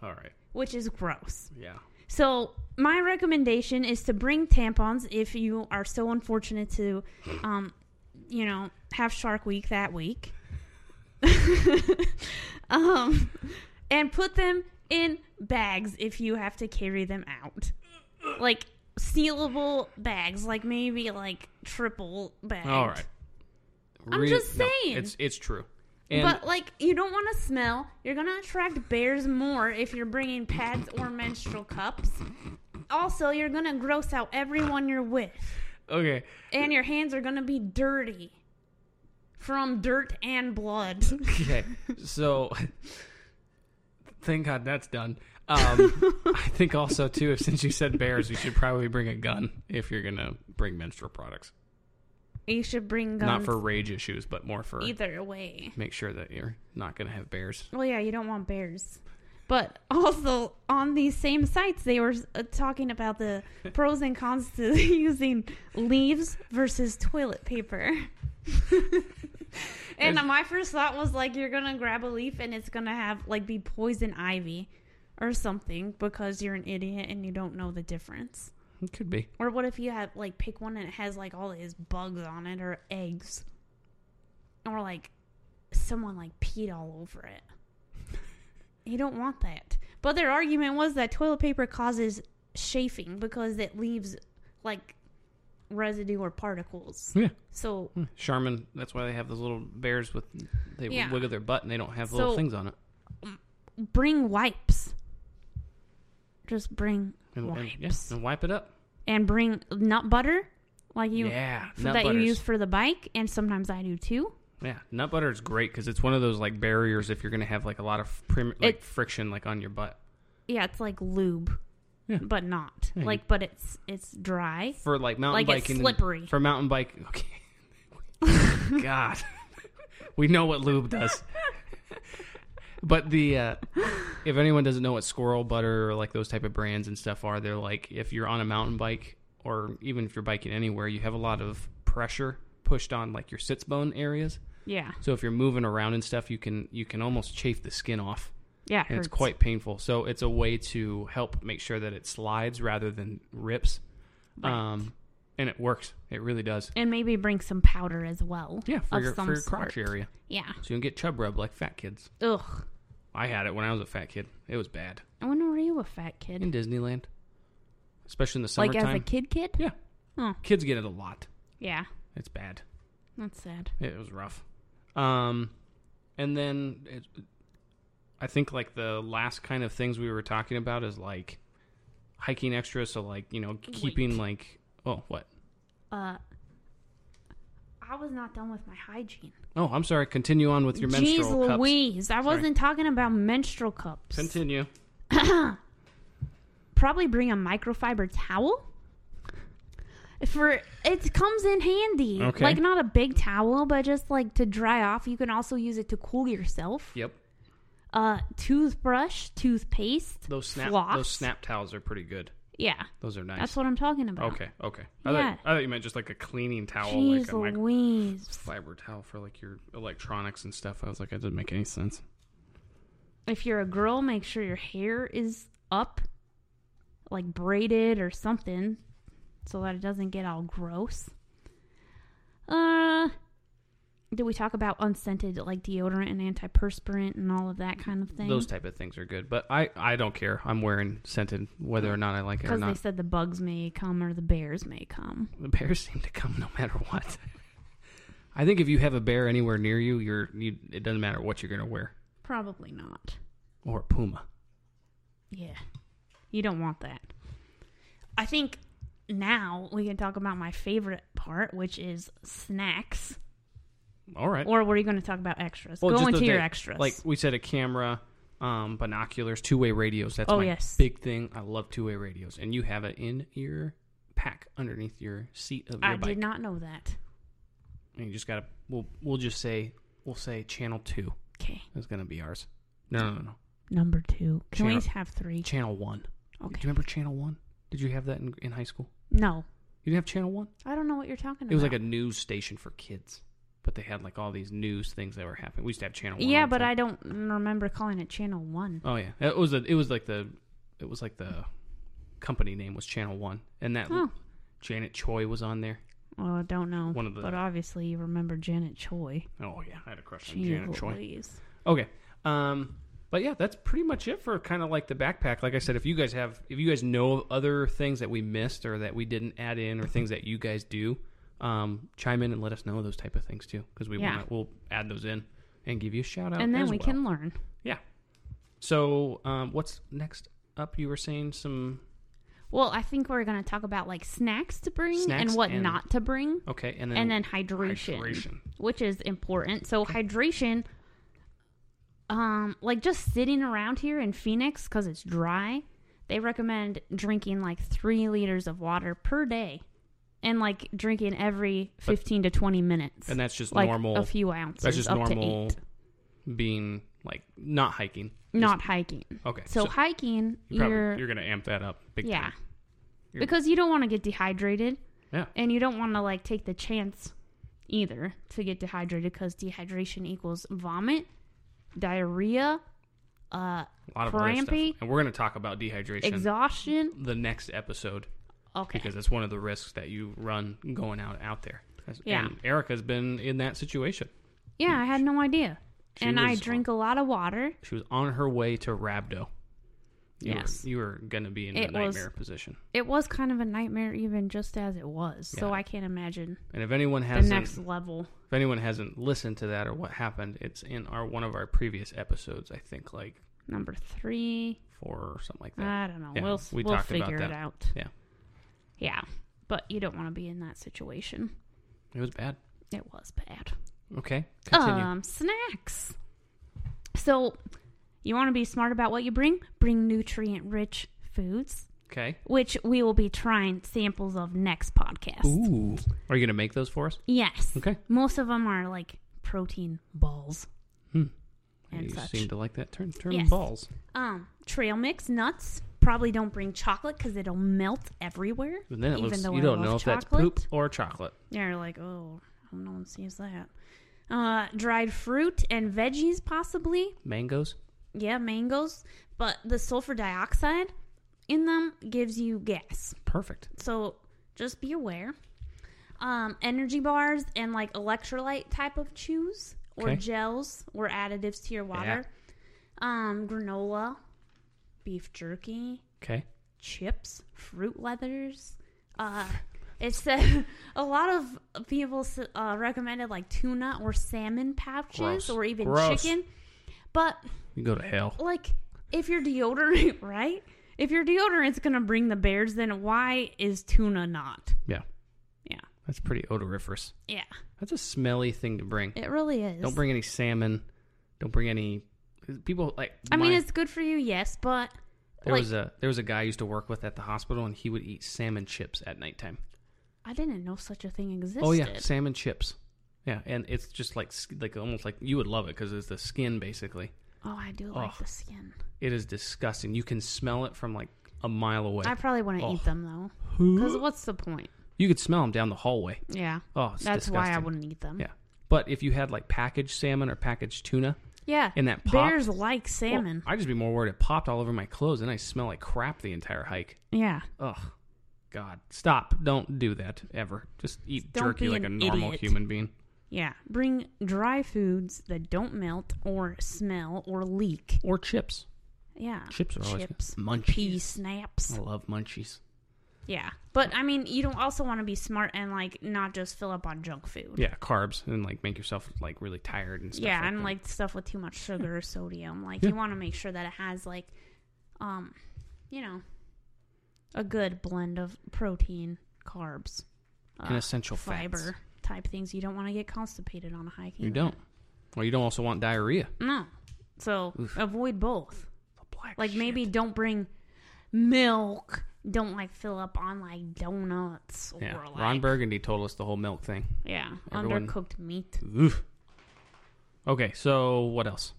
[SPEAKER 1] All right.
[SPEAKER 2] which is gross.
[SPEAKER 1] Yeah.
[SPEAKER 2] So my recommendation is to bring tampons if you are so unfortunate to, um, you know, have Shark Week that week. um, and put them in bags if you have to carry them out, like sealable bags, like maybe like triple bags.
[SPEAKER 1] All right.
[SPEAKER 2] I'm just saying.
[SPEAKER 1] it's it's true. And
[SPEAKER 2] but like you don't want to smell. You're gonna attract bears more if you're bringing pads or menstrual cups. Also, you're gonna gross out everyone you're with,
[SPEAKER 1] okay,
[SPEAKER 2] and your hands are gonna be dirty from dirt and blood.
[SPEAKER 1] okay. So thank God that's done. Um, I think also too, if since you said bears, you should probably bring a gun if you're gonna bring menstrual products.
[SPEAKER 2] you should bring guns
[SPEAKER 1] Not for rage issues, but more for
[SPEAKER 2] either way.
[SPEAKER 1] make sure that you're not gonna have bears.
[SPEAKER 2] Well, yeah, you don't want bears. But also on these same sites, they were uh, talking about the pros and cons to using leaves versus toilet paper. and
[SPEAKER 1] It's-
[SPEAKER 2] my first thought was like, you're gonna grab a leaf and it's gonna have like be poison ivy or something because you're an idiot and you don't know the difference.
[SPEAKER 1] It could be.
[SPEAKER 2] Or what if you have like pick one and it has like all his bugs on it or eggs, or like someone like peed all over it. You don't want that. But their argument was that toilet paper causes chafing because it leaves like residue or particles.
[SPEAKER 1] Yeah. Hmm.
[SPEAKER 2] So
[SPEAKER 1] Charmin. That's why they have those little bears with they
[SPEAKER 2] Yeah.
[SPEAKER 1] wiggle their butt and they don't have little
[SPEAKER 2] So-
[SPEAKER 1] things on it.
[SPEAKER 2] bring wipes. Just bring
[SPEAKER 1] And, and-
[SPEAKER 2] wipes
[SPEAKER 1] yeah, and wipe it up.
[SPEAKER 2] and bring nut butter, like you
[SPEAKER 1] yeah, nut
[SPEAKER 2] that
[SPEAKER 1] butters.
[SPEAKER 2] you use for the bike, and sometimes I do too.
[SPEAKER 1] Yeah, nut butter is great because it's one of those like barriers if you're gonna have like a lot of prim- like
[SPEAKER 2] It-
[SPEAKER 1] friction like on your butt.
[SPEAKER 2] Yeah, it's like lube,
[SPEAKER 1] Yeah.
[SPEAKER 2] but not
[SPEAKER 1] Yeah, you-
[SPEAKER 2] like. But it's it's dry.
[SPEAKER 1] for like mountain
[SPEAKER 2] Like, it's
[SPEAKER 1] biking.
[SPEAKER 2] slippery.
[SPEAKER 1] For mountain bike, okay. God, we know what lube does. But the uh, if anyone doesn't know what squirrel butter or like those type of brands and stuff are, they're like if you're on a mountain bike or even if you're biking anywhere, you have a lot of pressure pushed on like your sits bone areas.
[SPEAKER 2] Yeah,
[SPEAKER 1] So if you're moving around and stuff, you can you can almost chafe the skin off.
[SPEAKER 2] yeah, it
[SPEAKER 1] and it's
[SPEAKER 2] hurts.
[SPEAKER 1] quite painful. So it's a way to help make sure that it slides rather than rips. Um, and it works. It really does.
[SPEAKER 2] And maybe bring some powder as well.
[SPEAKER 1] Yeah, for
[SPEAKER 2] of
[SPEAKER 1] your, for
[SPEAKER 2] some
[SPEAKER 1] your crotch
[SPEAKER 2] sort.
[SPEAKER 1] area,
[SPEAKER 2] Yeah.
[SPEAKER 1] so you can get chub rub like fat kids.
[SPEAKER 2] Ugh.
[SPEAKER 1] I had it when I was a fat kid. It was bad
[SPEAKER 2] I wonder were you a fat kid?
[SPEAKER 1] in Disneyland, especially in the
[SPEAKER 2] Like
[SPEAKER 1] summertime.
[SPEAKER 2] as a kid, kid?
[SPEAKER 1] Yeah,
[SPEAKER 2] Oh,
[SPEAKER 1] kids get it a lot.
[SPEAKER 2] yeah.
[SPEAKER 1] It's bad.
[SPEAKER 2] That's sad.
[SPEAKER 1] It was rough. Um, and then it, I think like the last kind of things we were talking about is like hiking extra. So like you know keeping
[SPEAKER 2] Wait.
[SPEAKER 1] like oh what
[SPEAKER 2] Uh, I was not done with my hygiene.
[SPEAKER 1] oh I'm sorry. Continue on with your
[SPEAKER 2] Jeez
[SPEAKER 1] menstrual cups.
[SPEAKER 2] Louise, I wasn't talking about menstrual cups.
[SPEAKER 1] Continue.
[SPEAKER 2] Probably bring a microfiber towel. for it comes in handy.
[SPEAKER 1] Okay.
[SPEAKER 2] Like not a big towel, but just like to dry off. You can also use it to cool yourself.
[SPEAKER 1] Yep.
[SPEAKER 2] Uh, toothbrush, toothpaste.
[SPEAKER 1] Those snap
[SPEAKER 2] floss.
[SPEAKER 1] those snap towels are pretty good.
[SPEAKER 2] Yeah,
[SPEAKER 1] Those are nice.
[SPEAKER 2] that's what I'm talking about.
[SPEAKER 1] okay, okay. I,
[SPEAKER 2] Yeah.
[SPEAKER 1] thought, I thought you meant just like a cleaning towel,
[SPEAKER 2] Jeez
[SPEAKER 1] like a micro-
[SPEAKER 2] Louise.
[SPEAKER 1] fiber towel for like your electronics and stuff. I was like, that doesn't make any sense.
[SPEAKER 2] If you're a girl, make sure your hair is up, like braided or something, so that it doesn't get all gross. Uh, did we talk about unscented like deodorant and antiperspirant and all of that kind of thing?
[SPEAKER 1] Those type of things are good, but I I don't care. I'm wearing scented whether or not I like it or
[SPEAKER 2] Because they
[SPEAKER 1] not.
[SPEAKER 2] said the bugs may come or the bears may come.
[SPEAKER 1] The bears seem to come no matter what. I think if you have a bear anywhere near you, you're you, it doesn't matter what you're gonna wear
[SPEAKER 2] Probably not.
[SPEAKER 1] or a puma.
[SPEAKER 2] Yeah. You don't want that. I think now we can talk about my favorite part, which is snacks.
[SPEAKER 1] All right.
[SPEAKER 2] Or were you going to talk about extras?
[SPEAKER 1] Well,
[SPEAKER 2] Go
[SPEAKER 1] just
[SPEAKER 2] into
[SPEAKER 1] those
[SPEAKER 2] your
[SPEAKER 1] that-
[SPEAKER 2] extras.
[SPEAKER 1] Like we said, a camera, um, binoculars, two way radios. That's
[SPEAKER 2] Oh,
[SPEAKER 1] my
[SPEAKER 2] yes.
[SPEAKER 1] big thing. I love two way radios, and you have it in your pack underneath your seat of your
[SPEAKER 2] I
[SPEAKER 1] bike.
[SPEAKER 2] did not know that.
[SPEAKER 1] And you just gotta. We'll we'll just say we'll say channel two
[SPEAKER 2] Okay.
[SPEAKER 1] is gonna be ours. No no no. no.
[SPEAKER 2] Number two. Can we
[SPEAKER 1] Channel-
[SPEAKER 2] just have three?
[SPEAKER 1] Channel one. Do you
[SPEAKER 2] Okay.
[SPEAKER 1] remember channel one? Did you have that in, in high school?
[SPEAKER 2] No.
[SPEAKER 1] You didn't have channel one.
[SPEAKER 2] I don't know what you're talking about.
[SPEAKER 1] It was like a news station for kids, but they had like all these news things that were happening. We used to have channel one.
[SPEAKER 2] Yeah,
[SPEAKER 1] all the
[SPEAKER 2] but I
[SPEAKER 1] time.
[SPEAKER 2] don't remember calling it Channel 1.
[SPEAKER 1] Oh yeah, it was a, it was like the it was like the company name was Channel One, and that
[SPEAKER 2] Oh.
[SPEAKER 1] Janet Choi was on there.
[SPEAKER 2] Well, I don't know.
[SPEAKER 1] One of the-
[SPEAKER 2] But obviously you remember Janet Choi.
[SPEAKER 1] Oh yeah, I had a crush on
[SPEAKER 2] Gee
[SPEAKER 1] Janet Choi.
[SPEAKER 2] whiz.
[SPEAKER 1] Okay, um, but yeah, that's pretty much it for kind of like the backpack. Like I said, if you guys have if you guys know of other things that we missed or that we didn't add in or things that you guys do, um, chime in and let us know those type of things too, because we
[SPEAKER 2] Yeah.
[SPEAKER 1] want to we'll add those in and give you a shout out.
[SPEAKER 2] And then
[SPEAKER 1] Oh, as
[SPEAKER 2] we
[SPEAKER 1] well.
[SPEAKER 2] can learn.
[SPEAKER 1] yeah. So um, what's next up? You were saying some
[SPEAKER 2] Well, I think we're going to talk about like snacks to bring
[SPEAKER 1] Snacks
[SPEAKER 2] and what
[SPEAKER 1] and-
[SPEAKER 2] not to bring,
[SPEAKER 1] okay, and then
[SPEAKER 2] and then hydration,
[SPEAKER 1] Hydration.
[SPEAKER 2] which is important. So hydration, um, like just sitting around here in Phoenix because it's dry, they recommend drinking like three liters of water per day, and like drinking every fifteen to twenty minutes,
[SPEAKER 1] And that's just
[SPEAKER 2] like
[SPEAKER 1] normal.
[SPEAKER 2] a few ounces.
[SPEAKER 1] that's just
[SPEAKER 2] up
[SPEAKER 1] normal
[SPEAKER 2] to eight.
[SPEAKER 1] being like not hiking.
[SPEAKER 2] not hiking.
[SPEAKER 1] Okay.
[SPEAKER 2] So, hiking,
[SPEAKER 1] you probably,
[SPEAKER 2] you're,
[SPEAKER 1] you're, gonna amp that up big
[SPEAKER 2] yeah,
[SPEAKER 1] time. You're-
[SPEAKER 2] because you don't want to get dehydrated.
[SPEAKER 1] Yeah.
[SPEAKER 2] and you don't want to like take the chance either to get dehydrated because dehydration equals vomit, diarrhea, uh,
[SPEAKER 1] A lot of other
[SPEAKER 2] Crampy.
[SPEAKER 1] stuff. And we're gonna talk about dehydration
[SPEAKER 2] exhaustion.
[SPEAKER 1] the next episode
[SPEAKER 2] Okay,
[SPEAKER 1] because it's one of the risks that you run going out out there. That's-
[SPEAKER 2] Yeah.
[SPEAKER 1] And Erica's been in that situation.
[SPEAKER 2] yeah, I had no idea,
[SPEAKER 1] She
[SPEAKER 2] and I
[SPEAKER 1] was-
[SPEAKER 2] drink a lot of water.
[SPEAKER 1] She was on her way to Rabdo. You
[SPEAKER 2] Yes.
[SPEAKER 1] Were, you were gonna be in a
[SPEAKER 2] It was-
[SPEAKER 1] nightmare position.
[SPEAKER 2] It was kind of a nightmare, even just as it was. So
[SPEAKER 1] Yeah.
[SPEAKER 2] I can't imagine
[SPEAKER 1] And if anyone
[SPEAKER 2] the
[SPEAKER 1] hasn't
[SPEAKER 2] next level.
[SPEAKER 1] if anyone hasn't listened to that or what happened, it's in our one of our previous episodes, I think like
[SPEAKER 2] Number three,
[SPEAKER 1] four or something like that.
[SPEAKER 2] I don't know.
[SPEAKER 1] Yeah,
[SPEAKER 2] we'll
[SPEAKER 1] we
[SPEAKER 2] we'll
[SPEAKER 1] talked about
[SPEAKER 2] figure
[SPEAKER 1] that.
[SPEAKER 2] it out.
[SPEAKER 1] Yeah.
[SPEAKER 2] yeah, but you don't want to be in that situation. Uh,
[SPEAKER 1] It was bad.
[SPEAKER 2] It was bad.
[SPEAKER 1] Okay. Continue.
[SPEAKER 2] Um, snacks. So, you want to be smart about what you bring? Bring nutrient rich foods,
[SPEAKER 1] okay.
[SPEAKER 2] which we will be trying samples of next podcast.
[SPEAKER 1] Ooh. Are you going to make those for us?
[SPEAKER 2] Yes.
[SPEAKER 1] Okay.
[SPEAKER 2] Most of them are like protein balls.
[SPEAKER 1] Hmm.
[SPEAKER 2] And
[SPEAKER 1] you
[SPEAKER 2] such.
[SPEAKER 1] seem to like that term, term
[SPEAKER 2] Yes.
[SPEAKER 1] balls.
[SPEAKER 2] Um, trail mix, nuts. Probably don't bring chocolate because it'll melt everywhere.
[SPEAKER 1] And then it
[SPEAKER 2] Even
[SPEAKER 1] looks,
[SPEAKER 2] though
[SPEAKER 1] you
[SPEAKER 2] I
[SPEAKER 1] don't
[SPEAKER 2] love
[SPEAKER 1] know if that's
[SPEAKER 2] chocolate.
[SPEAKER 1] poop or chocolate.
[SPEAKER 2] Yeah, you're like, oh, no one sees that. Uh, dried fruit and veggies, possibly.
[SPEAKER 1] Mangoes?
[SPEAKER 2] yeah, mangoes, but the sulfur dioxide in them gives you gas.
[SPEAKER 1] Perfect.
[SPEAKER 2] So just be aware. Um, energy bars and like electrolyte type of chews or
[SPEAKER 1] Okay.
[SPEAKER 2] gels or additives to your water. Um, granola, beef jerky,
[SPEAKER 1] Okay.
[SPEAKER 2] chips, fruit leathers. Uh, it's a, a lot of people s- uh, recommended like tuna or salmon pouches
[SPEAKER 1] Gross.
[SPEAKER 2] or even
[SPEAKER 1] Gross.
[SPEAKER 2] chicken. But
[SPEAKER 1] You go to hell.
[SPEAKER 2] like if your deodorant right if your deodorant's gonna bring the bears then why is tuna not
[SPEAKER 1] Yeah.
[SPEAKER 2] yeah
[SPEAKER 1] That's pretty odoriferous.
[SPEAKER 2] yeah
[SPEAKER 1] That's a smelly thing to bring.
[SPEAKER 2] it really is
[SPEAKER 1] Don't bring any salmon. Don't bring any. People like.
[SPEAKER 2] i mean
[SPEAKER 1] my-
[SPEAKER 2] it's good for you yes but
[SPEAKER 1] there
[SPEAKER 2] like
[SPEAKER 1] was a there was a guy I used to work with at the hospital, and he would eat salmon chips at nighttime.
[SPEAKER 2] I didn't know such a thing existed.
[SPEAKER 1] Oh yeah, salmon chips. Yeah, and it's just like sk- like almost like you would love it because it's the skin basically.
[SPEAKER 2] Oh, I do like
[SPEAKER 1] Ugh.
[SPEAKER 2] the skin.
[SPEAKER 1] It is disgusting. You can smell it from like a mile away.
[SPEAKER 2] I probably wouldn't
[SPEAKER 1] Oh.
[SPEAKER 2] eat them though. Because
[SPEAKER 1] you
[SPEAKER 2] what's the point?
[SPEAKER 1] could smell them down the hallway.
[SPEAKER 2] Yeah,
[SPEAKER 1] Oh, it's
[SPEAKER 2] that's
[SPEAKER 1] disgusting.
[SPEAKER 2] why I wouldn't eat them.
[SPEAKER 1] Yeah, but if you had like packaged salmon or packaged tuna
[SPEAKER 2] Yeah,
[SPEAKER 1] in that pop, Oh.
[SPEAKER 2] bears like salmon.
[SPEAKER 1] I'd just be more worried. It popped all over my clothes, and I smell like crap the entire hike.
[SPEAKER 2] yeah,
[SPEAKER 1] Ugh, God, stop! Don't do that ever. Just eat
[SPEAKER 2] Don't
[SPEAKER 1] jerky
[SPEAKER 2] be
[SPEAKER 1] like a
[SPEAKER 2] an
[SPEAKER 1] normal
[SPEAKER 2] idiot.
[SPEAKER 1] human being.
[SPEAKER 2] yeah. Bring dry foods that don't melt or smell or leak.
[SPEAKER 1] Or chips.
[SPEAKER 2] Yeah,
[SPEAKER 1] Chips are always
[SPEAKER 2] Ah, chips,
[SPEAKER 1] good. Mm. munchies.
[SPEAKER 2] pea snaps.
[SPEAKER 1] I love munchies.
[SPEAKER 2] Yeah, but I mean, you don't also want to be smart and like not just fill up on junk food.
[SPEAKER 1] Yeah, carbs and like make yourself like really tired and stuff.
[SPEAKER 2] yeah,
[SPEAKER 1] like
[SPEAKER 2] and
[SPEAKER 1] that.
[SPEAKER 2] like stuff with too much sugar or sodium. Like
[SPEAKER 1] Yeah.
[SPEAKER 2] you want to make sure that it has like, um, you know, a good blend of protein, carbs, uh,
[SPEAKER 1] And essential
[SPEAKER 2] fiber
[SPEAKER 1] fats.
[SPEAKER 2] type things. You don't want to get constipated on a hike.
[SPEAKER 1] you
[SPEAKER 2] either.
[SPEAKER 1] don't. Well, you don't also want diarrhea.
[SPEAKER 2] No. So avoid both.
[SPEAKER 1] The black
[SPEAKER 2] Like
[SPEAKER 1] shit.
[SPEAKER 2] maybe don't bring milk. Don't like fill up on like donuts
[SPEAKER 1] Yeah.
[SPEAKER 2] or like
[SPEAKER 1] Ron Burgundy told us the whole milk thing.
[SPEAKER 2] yeah
[SPEAKER 1] everyone-
[SPEAKER 2] undercooked meat.
[SPEAKER 1] Oof. Okay, so what else?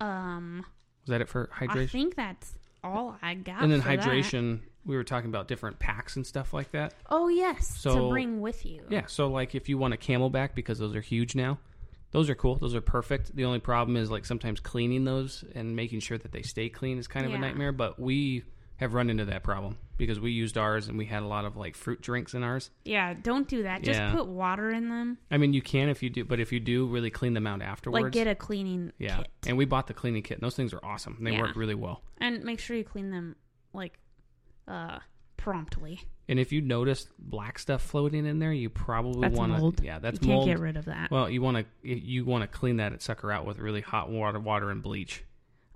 [SPEAKER 2] Um,
[SPEAKER 1] Was that it for
[SPEAKER 2] I
[SPEAKER 1] hydration?
[SPEAKER 2] think that's all I got.
[SPEAKER 1] And then
[SPEAKER 2] for that.
[SPEAKER 1] hydration. We were talking about different packs and stuff like that.
[SPEAKER 2] Oh yes,
[SPEAKER 1] So-
[SPEAKER 2] to bring with you.
[SPEAKER 1] Yeah. So like if you want a camelback because those are huge now, those are cool. Those are perfect. The only problem is like sometimes cleaning those and making sure that they stay clean is kind of a
[SPEAKER 2] Yeah.
[SPEAKER 1] nightmare. But we have run into that problem because we used ours and we had a lot of like fruit drinks in ours.
[SPEAKER 2] Yeah, don't do that. Just
[SPEAKER 1] Yeah.
[SPEAKER 2] put water in them.
[SPEAKER 1] I mean, you can if you do, but if you do, really clean them out afterwards.
[SPEAKER 2] Like get a cleaning
[SPEAKER 1] yeah.
[SPEAKER 2] kit
[SPEAKER 1] And we bought the cleaning kit. And those things are awesome. They
[SPEAKER 2] Yeah.
[SPEAKER 1] work really well.
[SPEAKER 2] and make sure you clean them like uh promptly.
[SPEAKER 1] And if you notice black stuff floating in there, you probably
[SPEAKER 2] That's
[SPEAKER 1] want
[SPEAKER 2] mold.
[SPEAKER 1] to. Yeah, that's
[SPEAKER 2] you can't
[SPEAKER 1] mold.
[SPEAKER 2] get rid of that.
[SPEAKER 1] Well, you want to you want to clean that sucker out with really hot water, water and bleach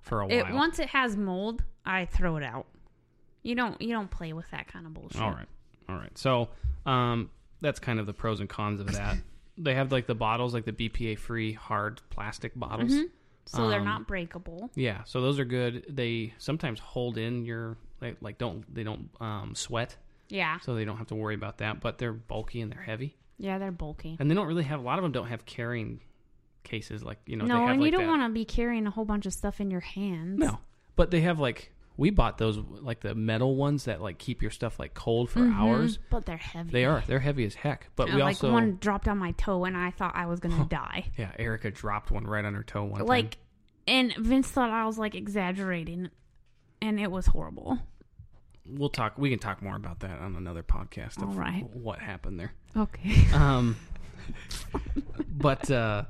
[SPEAKER 1] for a
[SPEAKER 2] it
[SPEAKER 1] while.
[SPEAKER 2] once it has mold, I throw it out. You don't you don't play with that kind of bullshit.
[SPEAKER 1] All right, all right. So, um, that's kind of the pros and cons of that. they have like the bottles, like the BPA free hard plastic bottles.
[SPEAKER 2] Mm-hmm. So they're
[SPEAKER 1] Um,
[SPEAKER 2] not breakable.
[SPEAKER 1] Yeah, so those are good. They sometimes hold in your like, like don't they don't um, sweat,
[SPEAKER 2] Yeah.
[SPEAKER 1] so they don't have to worry about that. But they're bulky and they're heavy,
[SPEAKER 2] Yeah, they're bulky.
[SPEAKER 1] and they don't really have a lot of them. Don't have carrying cases like you know. they
[SPEAKER 2] No,
[SPEAKER 1] have
[SPEAKER 2] and
[SPEAKER 1] like
[SPEAKER 2] you don't
[SPEAKER 1] that-
[SPEAKER 2] want to be carrying a whole bunch of stuff in your hands.
[SPEAKER 1] No, but they have like we bought those like the metal ones that like keep your stuff like cold for hours.
[SPEAKER 2] Mm, But they're heavy.
[SPEAKER 1] They are they're heavy as heck. But
[SPEAKER 2] Uh,
[SPEAKER 1] we
[SPEAKER 2] Mm-hmm. like
[SPEAKER 1] also
[SPEAKER 2] one dropped on my toe and I thought I was gonna die.
[SPEAKER 1] yeah, Erica dropped one right on her toe one
[SPEAKER 2] Like
[SPEAKER 1] time.
[SPEAKER 2] and Vince thought I was like exaggerating and it was horrible.
[SPEAKER 1] We'll talk. We can talk more about that on another podcast.
[SPEAKER 2] All
[SPEAKER 1] of
[SPEAKER 2] right.
[SPEAKER 1] what happened there?
[SPEAKER 2] Okay.
[SPEAKER 1] Um, but uh,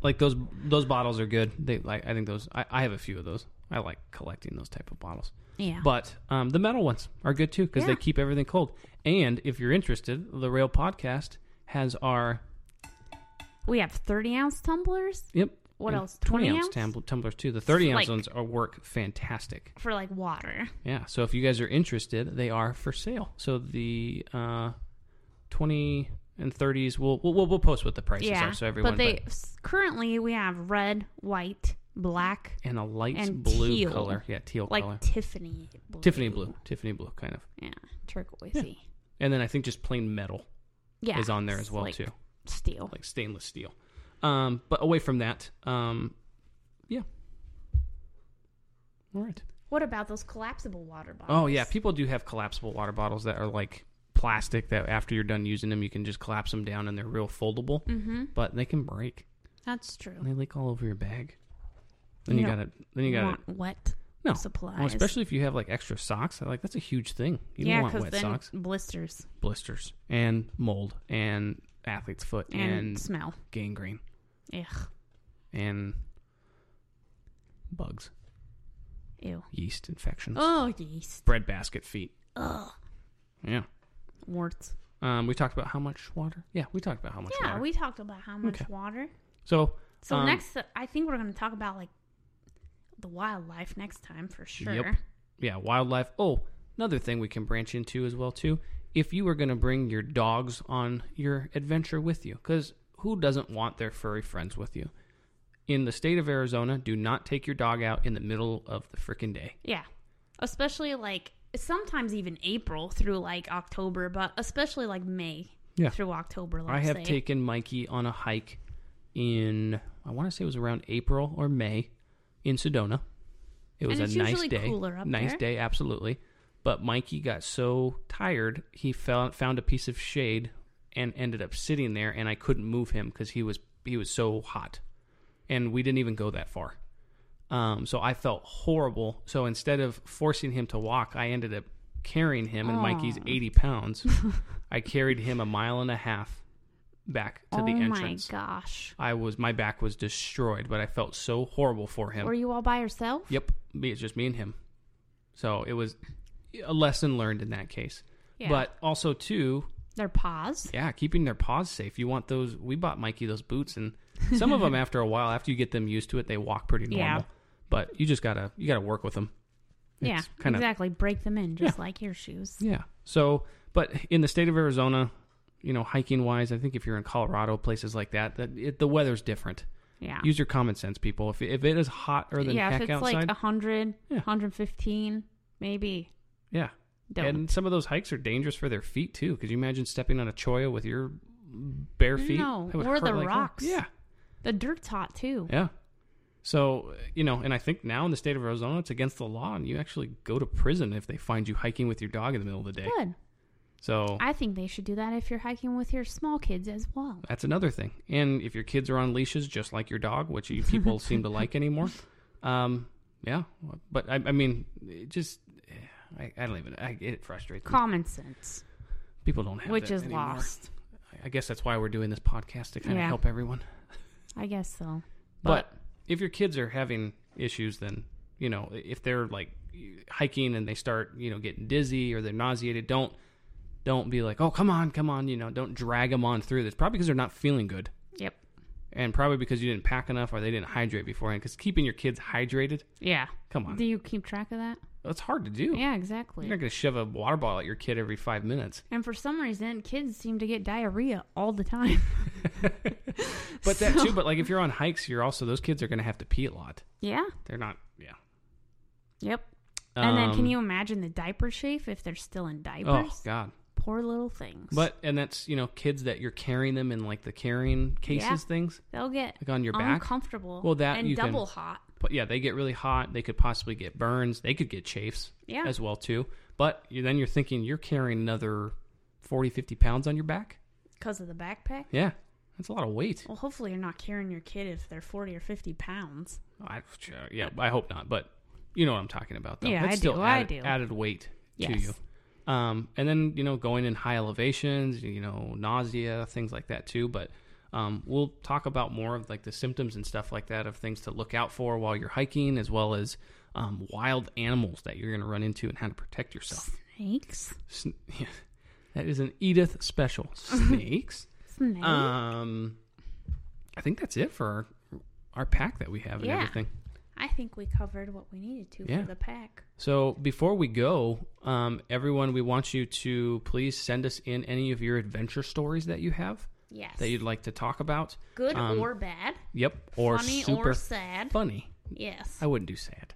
[SPEAKER 1] like those those bottles are good. They like I think those I, I have a few of those. I like collecting those type of bottles.
[SPEAKER 2] Yeah.
[SPEAKER 1] But um, the metal ones are good too because
[SPEAKER 2] Yeah.
[SPEAKER 1] they keep everything cold. And if you're interested, the Rail Podcast has our
[SPEAKER 2] we have thirty ounce tumblers
[SPEAKER 1] yep.
[SPEAKER 2] What
[SPEAKER 1] and
[SPEAKER 2] else? 20
[SPEAKER 1] ounce
[SPEAKER 2] ounce?
[SPEAKER 1] tumble- tumblers too. The thirty
[SPEAKER 2] Like-
[SPEAKER 1] ounce ones are work fantastic.
[SPEAKER 2] for like water.
[SPEAKER 1] Yeah. So if you guys are interested, they are for sale. So the uh, twenty and thirties, we'll, we'll we'll post what the prices
[SPEAKER 2] Yeah.
[SPEAKER 1] are so everyone.
[SPEAKER 2] but they s currently we have red, white, black,
[SPEAKER 1] and a light
[SPEAKER 2] and
[SPEAKER 1] blue
[SPEAKER 2] teal.
[SPEAKER 1] color. Yeah, teal
[SPEAKER 2] like
[SPEAKER 1] color.
[SPEAKER 2] Tiffany blue.
[SPEAKER 1] Tiffany blue. Tiffany blue, kind of.
[SPEAKER 2] Yeah. Turquoisey.
[SPEAKER 1] And then I think just plain metal
[SPEAKER 2] Yeah.
[SPEAKER 1] is on there as
[SPEAKER 2] it's
[SPEAKER 1] well
[SPEAKER 2] like
[SPEAKER 1] too.
[SPEAKER 2] Steel.
[SPEAKER 1] like stainless steel. Um, but away from that, um, yeah. All right.
[SPEAKER 2] What about those collapsible water bottles?
[SPEAKER 1] Oh yeah, people do have collapsible water bottles that are like plastic that after you're done using them, you can just collapse them down and they're real foldable.
[SPEAKER 2] Mm-hmm.
[SPEAKER 1] But they can break.
[SPEAKER 2] That's true.
[SPEAKER 1] And they leak all over your bag. Then
[SPEAKER 2] You
[SPEAKER 1] you,
[SPEAKER 2] don't
[SPEAKER 1] got it. Then you got it.
[SPEAKER 2] want wet
[SPEAKER 1] No.
[SPEAKER 2] supplies.
[SPEAKER 1] Well, especially if you have like extra socks, like that's a huge thing. You
[SPEAKER 2] yeah,
[SPEAKER 1] don't want wet
[SPEAKER 2] then
[SPEAKER 1] socks,
[SPEAKER 2] blisters
[SPEAKER 1] blisters, and mold, and athlete's foot,
[SPEAKER 2] and,
[SPEAKER 1] and
[SPEAKER 2] smell.
[SPEAKER 1] gangrene,
[SPEAKER 2] Ugh.
[SPEAKER 1] and bugs.
[SPEAKER 2] Ew.
[SPEAKER 1] yeast infections,
[SPEAKER 2] Oh, yeast.
[SPEAKER 1] bread basket feet.
[SPEAKER 2] Ugh.
[SPEAKER 1] Yeah.
[SPEAKER 2] Warts.
[SPEAKER 1] Um, we talked about how much water. Yeah, we talked about how much
[SPEAKER 2] Yeah,
[SPEAKER 1] water.
[SPEAKER 2] we talked about how much
[SPEAKER 1] Okay.
[SPEAKER 2] water.
[SPEAKER 1] so
[SPEAKER 2] So
[SPEAKER 1] um,
[SPEAKER 2] next, uh, I think we're going to talk about like the wildlife next time for sure.
[SPEAKER 1] yeah, wildlife. Oh, another thing we can branch into as well too. If you are going to bring your dogs on your adventure with you, because who doesn't want their furry friends with you? In the state of Arizona, do not take your dog out in the middle of the freaking day.
[SPEAKER 2] Yeah. Especially like sometimes even April through like October, but especially like May
[SPEAKER 1] Yeah.
[SPEAKER 2] through October. Let's
[SPEAKER 1] I have
[SPEAKER 2] say.
[SPEAKER 1] taken Mikey on a hike in I want to say it was around April or May in Sedona. It was
[SPEAKER 2] And
[SPEAKER 1] a
[SPEAKER 2] it's
[SPEAKER 1] nice
[SPEAKER 2] usually
[SPEAKER 1] day.
[SPEAKER 2] cooler up
[SPEAKER 1] nice
[SPEAKER 2] there.
[SPEAKER 1] day, absolutely. But Mikey got so tired, he fell, found a piece of shade and ended up sitting there and I couldn't move him cuz he was he was so hot. And we didn't even go that far. Um, so I felt horrible. So instead of forcing him to walk, I ended up carrying him, and Mikey's 80 pounds. I carried him a mile and a half back to
[SPEAKER 2] oh
[SPEAKER 1] the entrance.
[SPEAKER 2] my gosh.
[SPEAKER 1] I was my back was destroyed, but I felt so horrible for him.
[SPEAKER 2] Were you all by yourself?
[SPEAKER 1] Yep, me it's just me and him. So it was a lesson learned in that case.
[SPEAKER 2] Yeah.
[SPEAKER 1] But also too,
[SPEAKER 2] Their paws.
[SPEAKER 1] yeah, keeping their paws safe. You want those? We bought Mikey those boots, and some of them after a while, after you get them used to it, they walk pretty normal.
[SPEAKER 2] Yeah.
[SPEAKER 1] But you just gotta you gotta work with them.
[SPEAKER 2] Yeah,
[SPEAKER 1] It's kinda-
[SPEAKER 2] exactly. Break them in just like your shoes.
[SPEAKER 1] Yeah. So, but in the state of Arizona, you know, hiking wise, I think if you're in Colorado, places like that, that it, the weather's different.
[SPEAKER 2] Yeah.
[SPEAKER 1] Use your common sense, people. If if it is hotter than
[SPEAKER 2] yeah, if
[SPEAKER 1] heck
[SPEAKER 2] it's
[SPEAKER 1] outside,
[SPEAKER 2] like 100,
[SPEAKER 1] Yeah.
[SPEAKER 2] 115, maybe.
[SPEAKER 1] yeah.
[SPEAKER 2] Don't.
[SPEAKER 1] And some of those hikes are dangerous for their feet too. Could you imagine stepping on a choya with your bare feet?
[SPEAKER 2] No,
[SPEAKER 1] That would
[SPEAKER 2] or
[SPEAKER 1] hurt
[SPEAKER 2] the
[SPEAKER 1] like hell.
[SPEAKER 2] rocks.
[SPEAKER 1] Yeah.
[SPEAKER 2] the dirt's hot too.
[SPEAKER 1] Yeah. So, you know, and I think now in the state of Arizona, it's against the law, and you actually go to prison if they find you hiking with your dog in the middle of the day.
[SPEAKER 2] Good.
[SPEAKER 1] So
[SPEAKER 2] I think they should do that if you're hiking with your small kids as well.
[SPEAKER 1] that's another thing. And if your kids are on leashes, just like your dog, which you people seem to like anymore, um, yeah. But I, I mean, it just eh, I, I don't even. I, it frustrates me.
[SPEAKER 2] Common sense,
[SPEAKER 1] People don't have
[SPEAKER 2] which
[SPEAKER 1] that
[SPEAKER 2] is
[SPEAKER 1] anymore.
[SPEAKER 2] lost.
[SPEAKER 1] I- I guess that's why we're doing this podcast to kind
[SPEAKER 2] Yeah.
[SPEAKER 1] of help everyone.
[SPEAKER 2] I guess so.
[SPEAKER 1] But if your kids are having issues, then you know if they're like hiking and they start you know getting dizzy or they're nauseated, don't don't be like, oh come on, come on, you know, don't drag them on through this. Probably because they're not feeling good,
[SPEAKER 2] Yep.
[SPEAKER 1] and probably because you didn't pack enough or they didn't hydrate beforehand. Because keeping your kids hydrated,
[SPEAKER 2] Yeah.
[SPEAKER 1] come on,
[SPEAKER 2] Do you keep track of that?
[SPEAKER 1] that's hard to do.
[SPEAKER 2] Yeah,
[SPEAKER 1] You're
[SPEAKER 2] exactly.
[SPEAKER 1] not going to shove a water bottle at your kid every five minutes.
[SPEAKER 2] And for some reason, kids seem to get diarrhea all the time.
[SPEAKER 1] But that
[SPEAKER 2] So-
[SPEAKER 1] too. But like if you're on hikes, you're also those kids are going to have to pee a lot.
[SPEAKER 2] Yeah.
[SPEAKER 1] They're not. Yeah.
[SPEAKER 2] Yep. And then can
[SPEAKER 1] Um,
[SPEAKER 2] you imagine the diaper chafe if they're still in
[SPEAKER 1] Oh
[SPEAKER 2] diapers?
[SPEAKER 1] God.
[SPEAKER 2] Poor little things.
[SPEAKER 1] But and that's you know kids that you're carrying them in like the carrying cases
[SPEAKER 2] Yeah.
[SPEAKER 1] things
[SPEAKER 2] they'll get
[SPEAKER 1] like on your back.
[SPEAKER 2] uncomfortable.
[SPEAKER 1] Well, that
[SPEAKER 2] and
[SPEAKER 1] you can-
[SPEAKER 2] double hot.
[SPEAKER 1] But yeah, they get really hot. They could possibly get burns. They could get chafes
[SPEAKER 2] Yeah.
[SPEAKER 1] as well too. But you, then you're thinking you're carrying another 40, 50 pounds on your back.
[SPEAKER 2] because of the backpack.
[SPEAKER 1] Yeah, that's a lot of weight.
[SPEAKER 2] Well, hopefully you're not carrying your kid if they're forty or fifty pounds.
[SPEAKER 1] I, yeah, I hope not. But you know what I'm talking about though.
[SPEAKER 2] Yeah,
[SPEAKER 1] That's
[SPEAKER 2] I
[SPEAKER 1] still
[SPEAKER 2] do, I
[SPEAKER 1] added,
[SPEAKER 2] do.
[SPEAKER 1] added weight to
[SPEAKER 2] Yes.
[SPEAKER 1] you. Um, and then you know going in high elevations, you know nausea, things like that too. But um, we'll talk about more of like the symptoms and stuff like that of things to look out for while you're hiking, as well as um, wild animals that you're going to run into and how to protect yourself.
[SPEAKER 2] Snakes,
[SPEAKER 1] Sn- yeah. That is an Edith special. Snakes.
[SPEAKER 2] snakes.
[SPEAKER 1] um, I think that's it for our, our pack that we have and
[SPEAKER 2] Yeah.
[SPEAKER 1] everything.
[SPEAKER 2] I think we covered what we needed to
[SPEAKER 1] Yeah.
[SPEAKER 2] for the pack.
[SPEAKER 1] So before we go, um, everyone, we want you to please send us in any of your adventure stories that you have
[SPEAKER 2] Yes,
[SPEAKER 1] that you'd like to talk about.
[SPEAKER 2] good
[SPEAKER 1] um,
[SPEAKER 2] or bad,
[SPEAKER 1] Yep, or
[SPEAKER 2] funny
[SPEAKER 1] super
[SPEAKER 2] or sad.
[SPEAKER 1] funny.
[SPEAKER 2] yes.
[SPEAKER 1] I wouldn't do sad.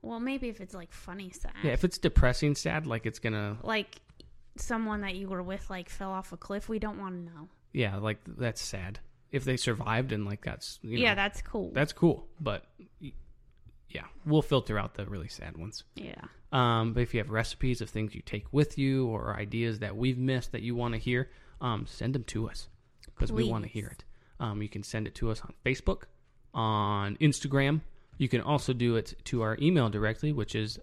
[SPEAKER 2] well, maybe if it's like funny sad,
[SPEAKER 1] Yeah, if it's depressing sad, like it's gonna,
[SPEAKER 2] like someone that you were with like fell off a cliff, we don't want to know.
[SPEAKER 1] yeah, like that's sad. If they survived and like that's, you know,
[SPEAKER 2] yeah, that's cool.
[SPEAKER 1] that's cool. But y- yeah, we'll filter out the really sad ones.
[SPEAKER 2] yeah,
[SPEAKER 1] Um, but if you have recipes of things you take with you or ideas that we've missed that you want to hear, um, send them to us because we want to
[SPEAKER 2] Please.
[SPEAKER 1] hear it. Um, you can send it to us on Facebook, on Instagram. You can also do it to our email directly, which is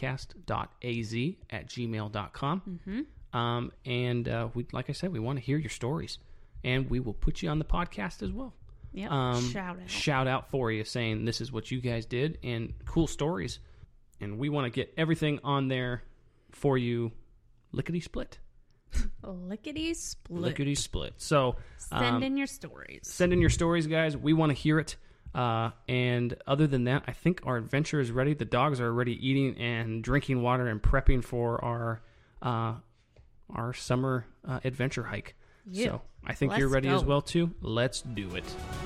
[SPEAKER 1] therailpodcast.az at gmail.com. Mm-hmm. Um, and uh, we, like I said, we want to hear your stories and we will put you on the podcast as well
[SPEAKER 2] yep.
[SPEAKER 1] um,
[SPEAKER 2] Shout out.
[SPEAKER 1] shout out for you saying this is what you guys did and cool stories. And we want to get everything on there for you lickety split.
[SPEAKER 2] Lickety split.
[SPEAKER 1] Lickety um, split. So
[SPEAKER 2] Send in your stories.
[SPEAKER 1] send in your stories, guys. We want to hear it. Uh, and other than that, I think our adventure is ready. The dogs are already eating and drinking water and prepping for our uh, our summer uh, adventure hike.
[SPEAKER 2] Yeah.
[SPEAKER 1] So I think
[SPEAKER 2] Let's
[SPEAKER 1] you're ready as
[SPEAKER 2] go.
[SPEAKER 1] well too. Let's do it.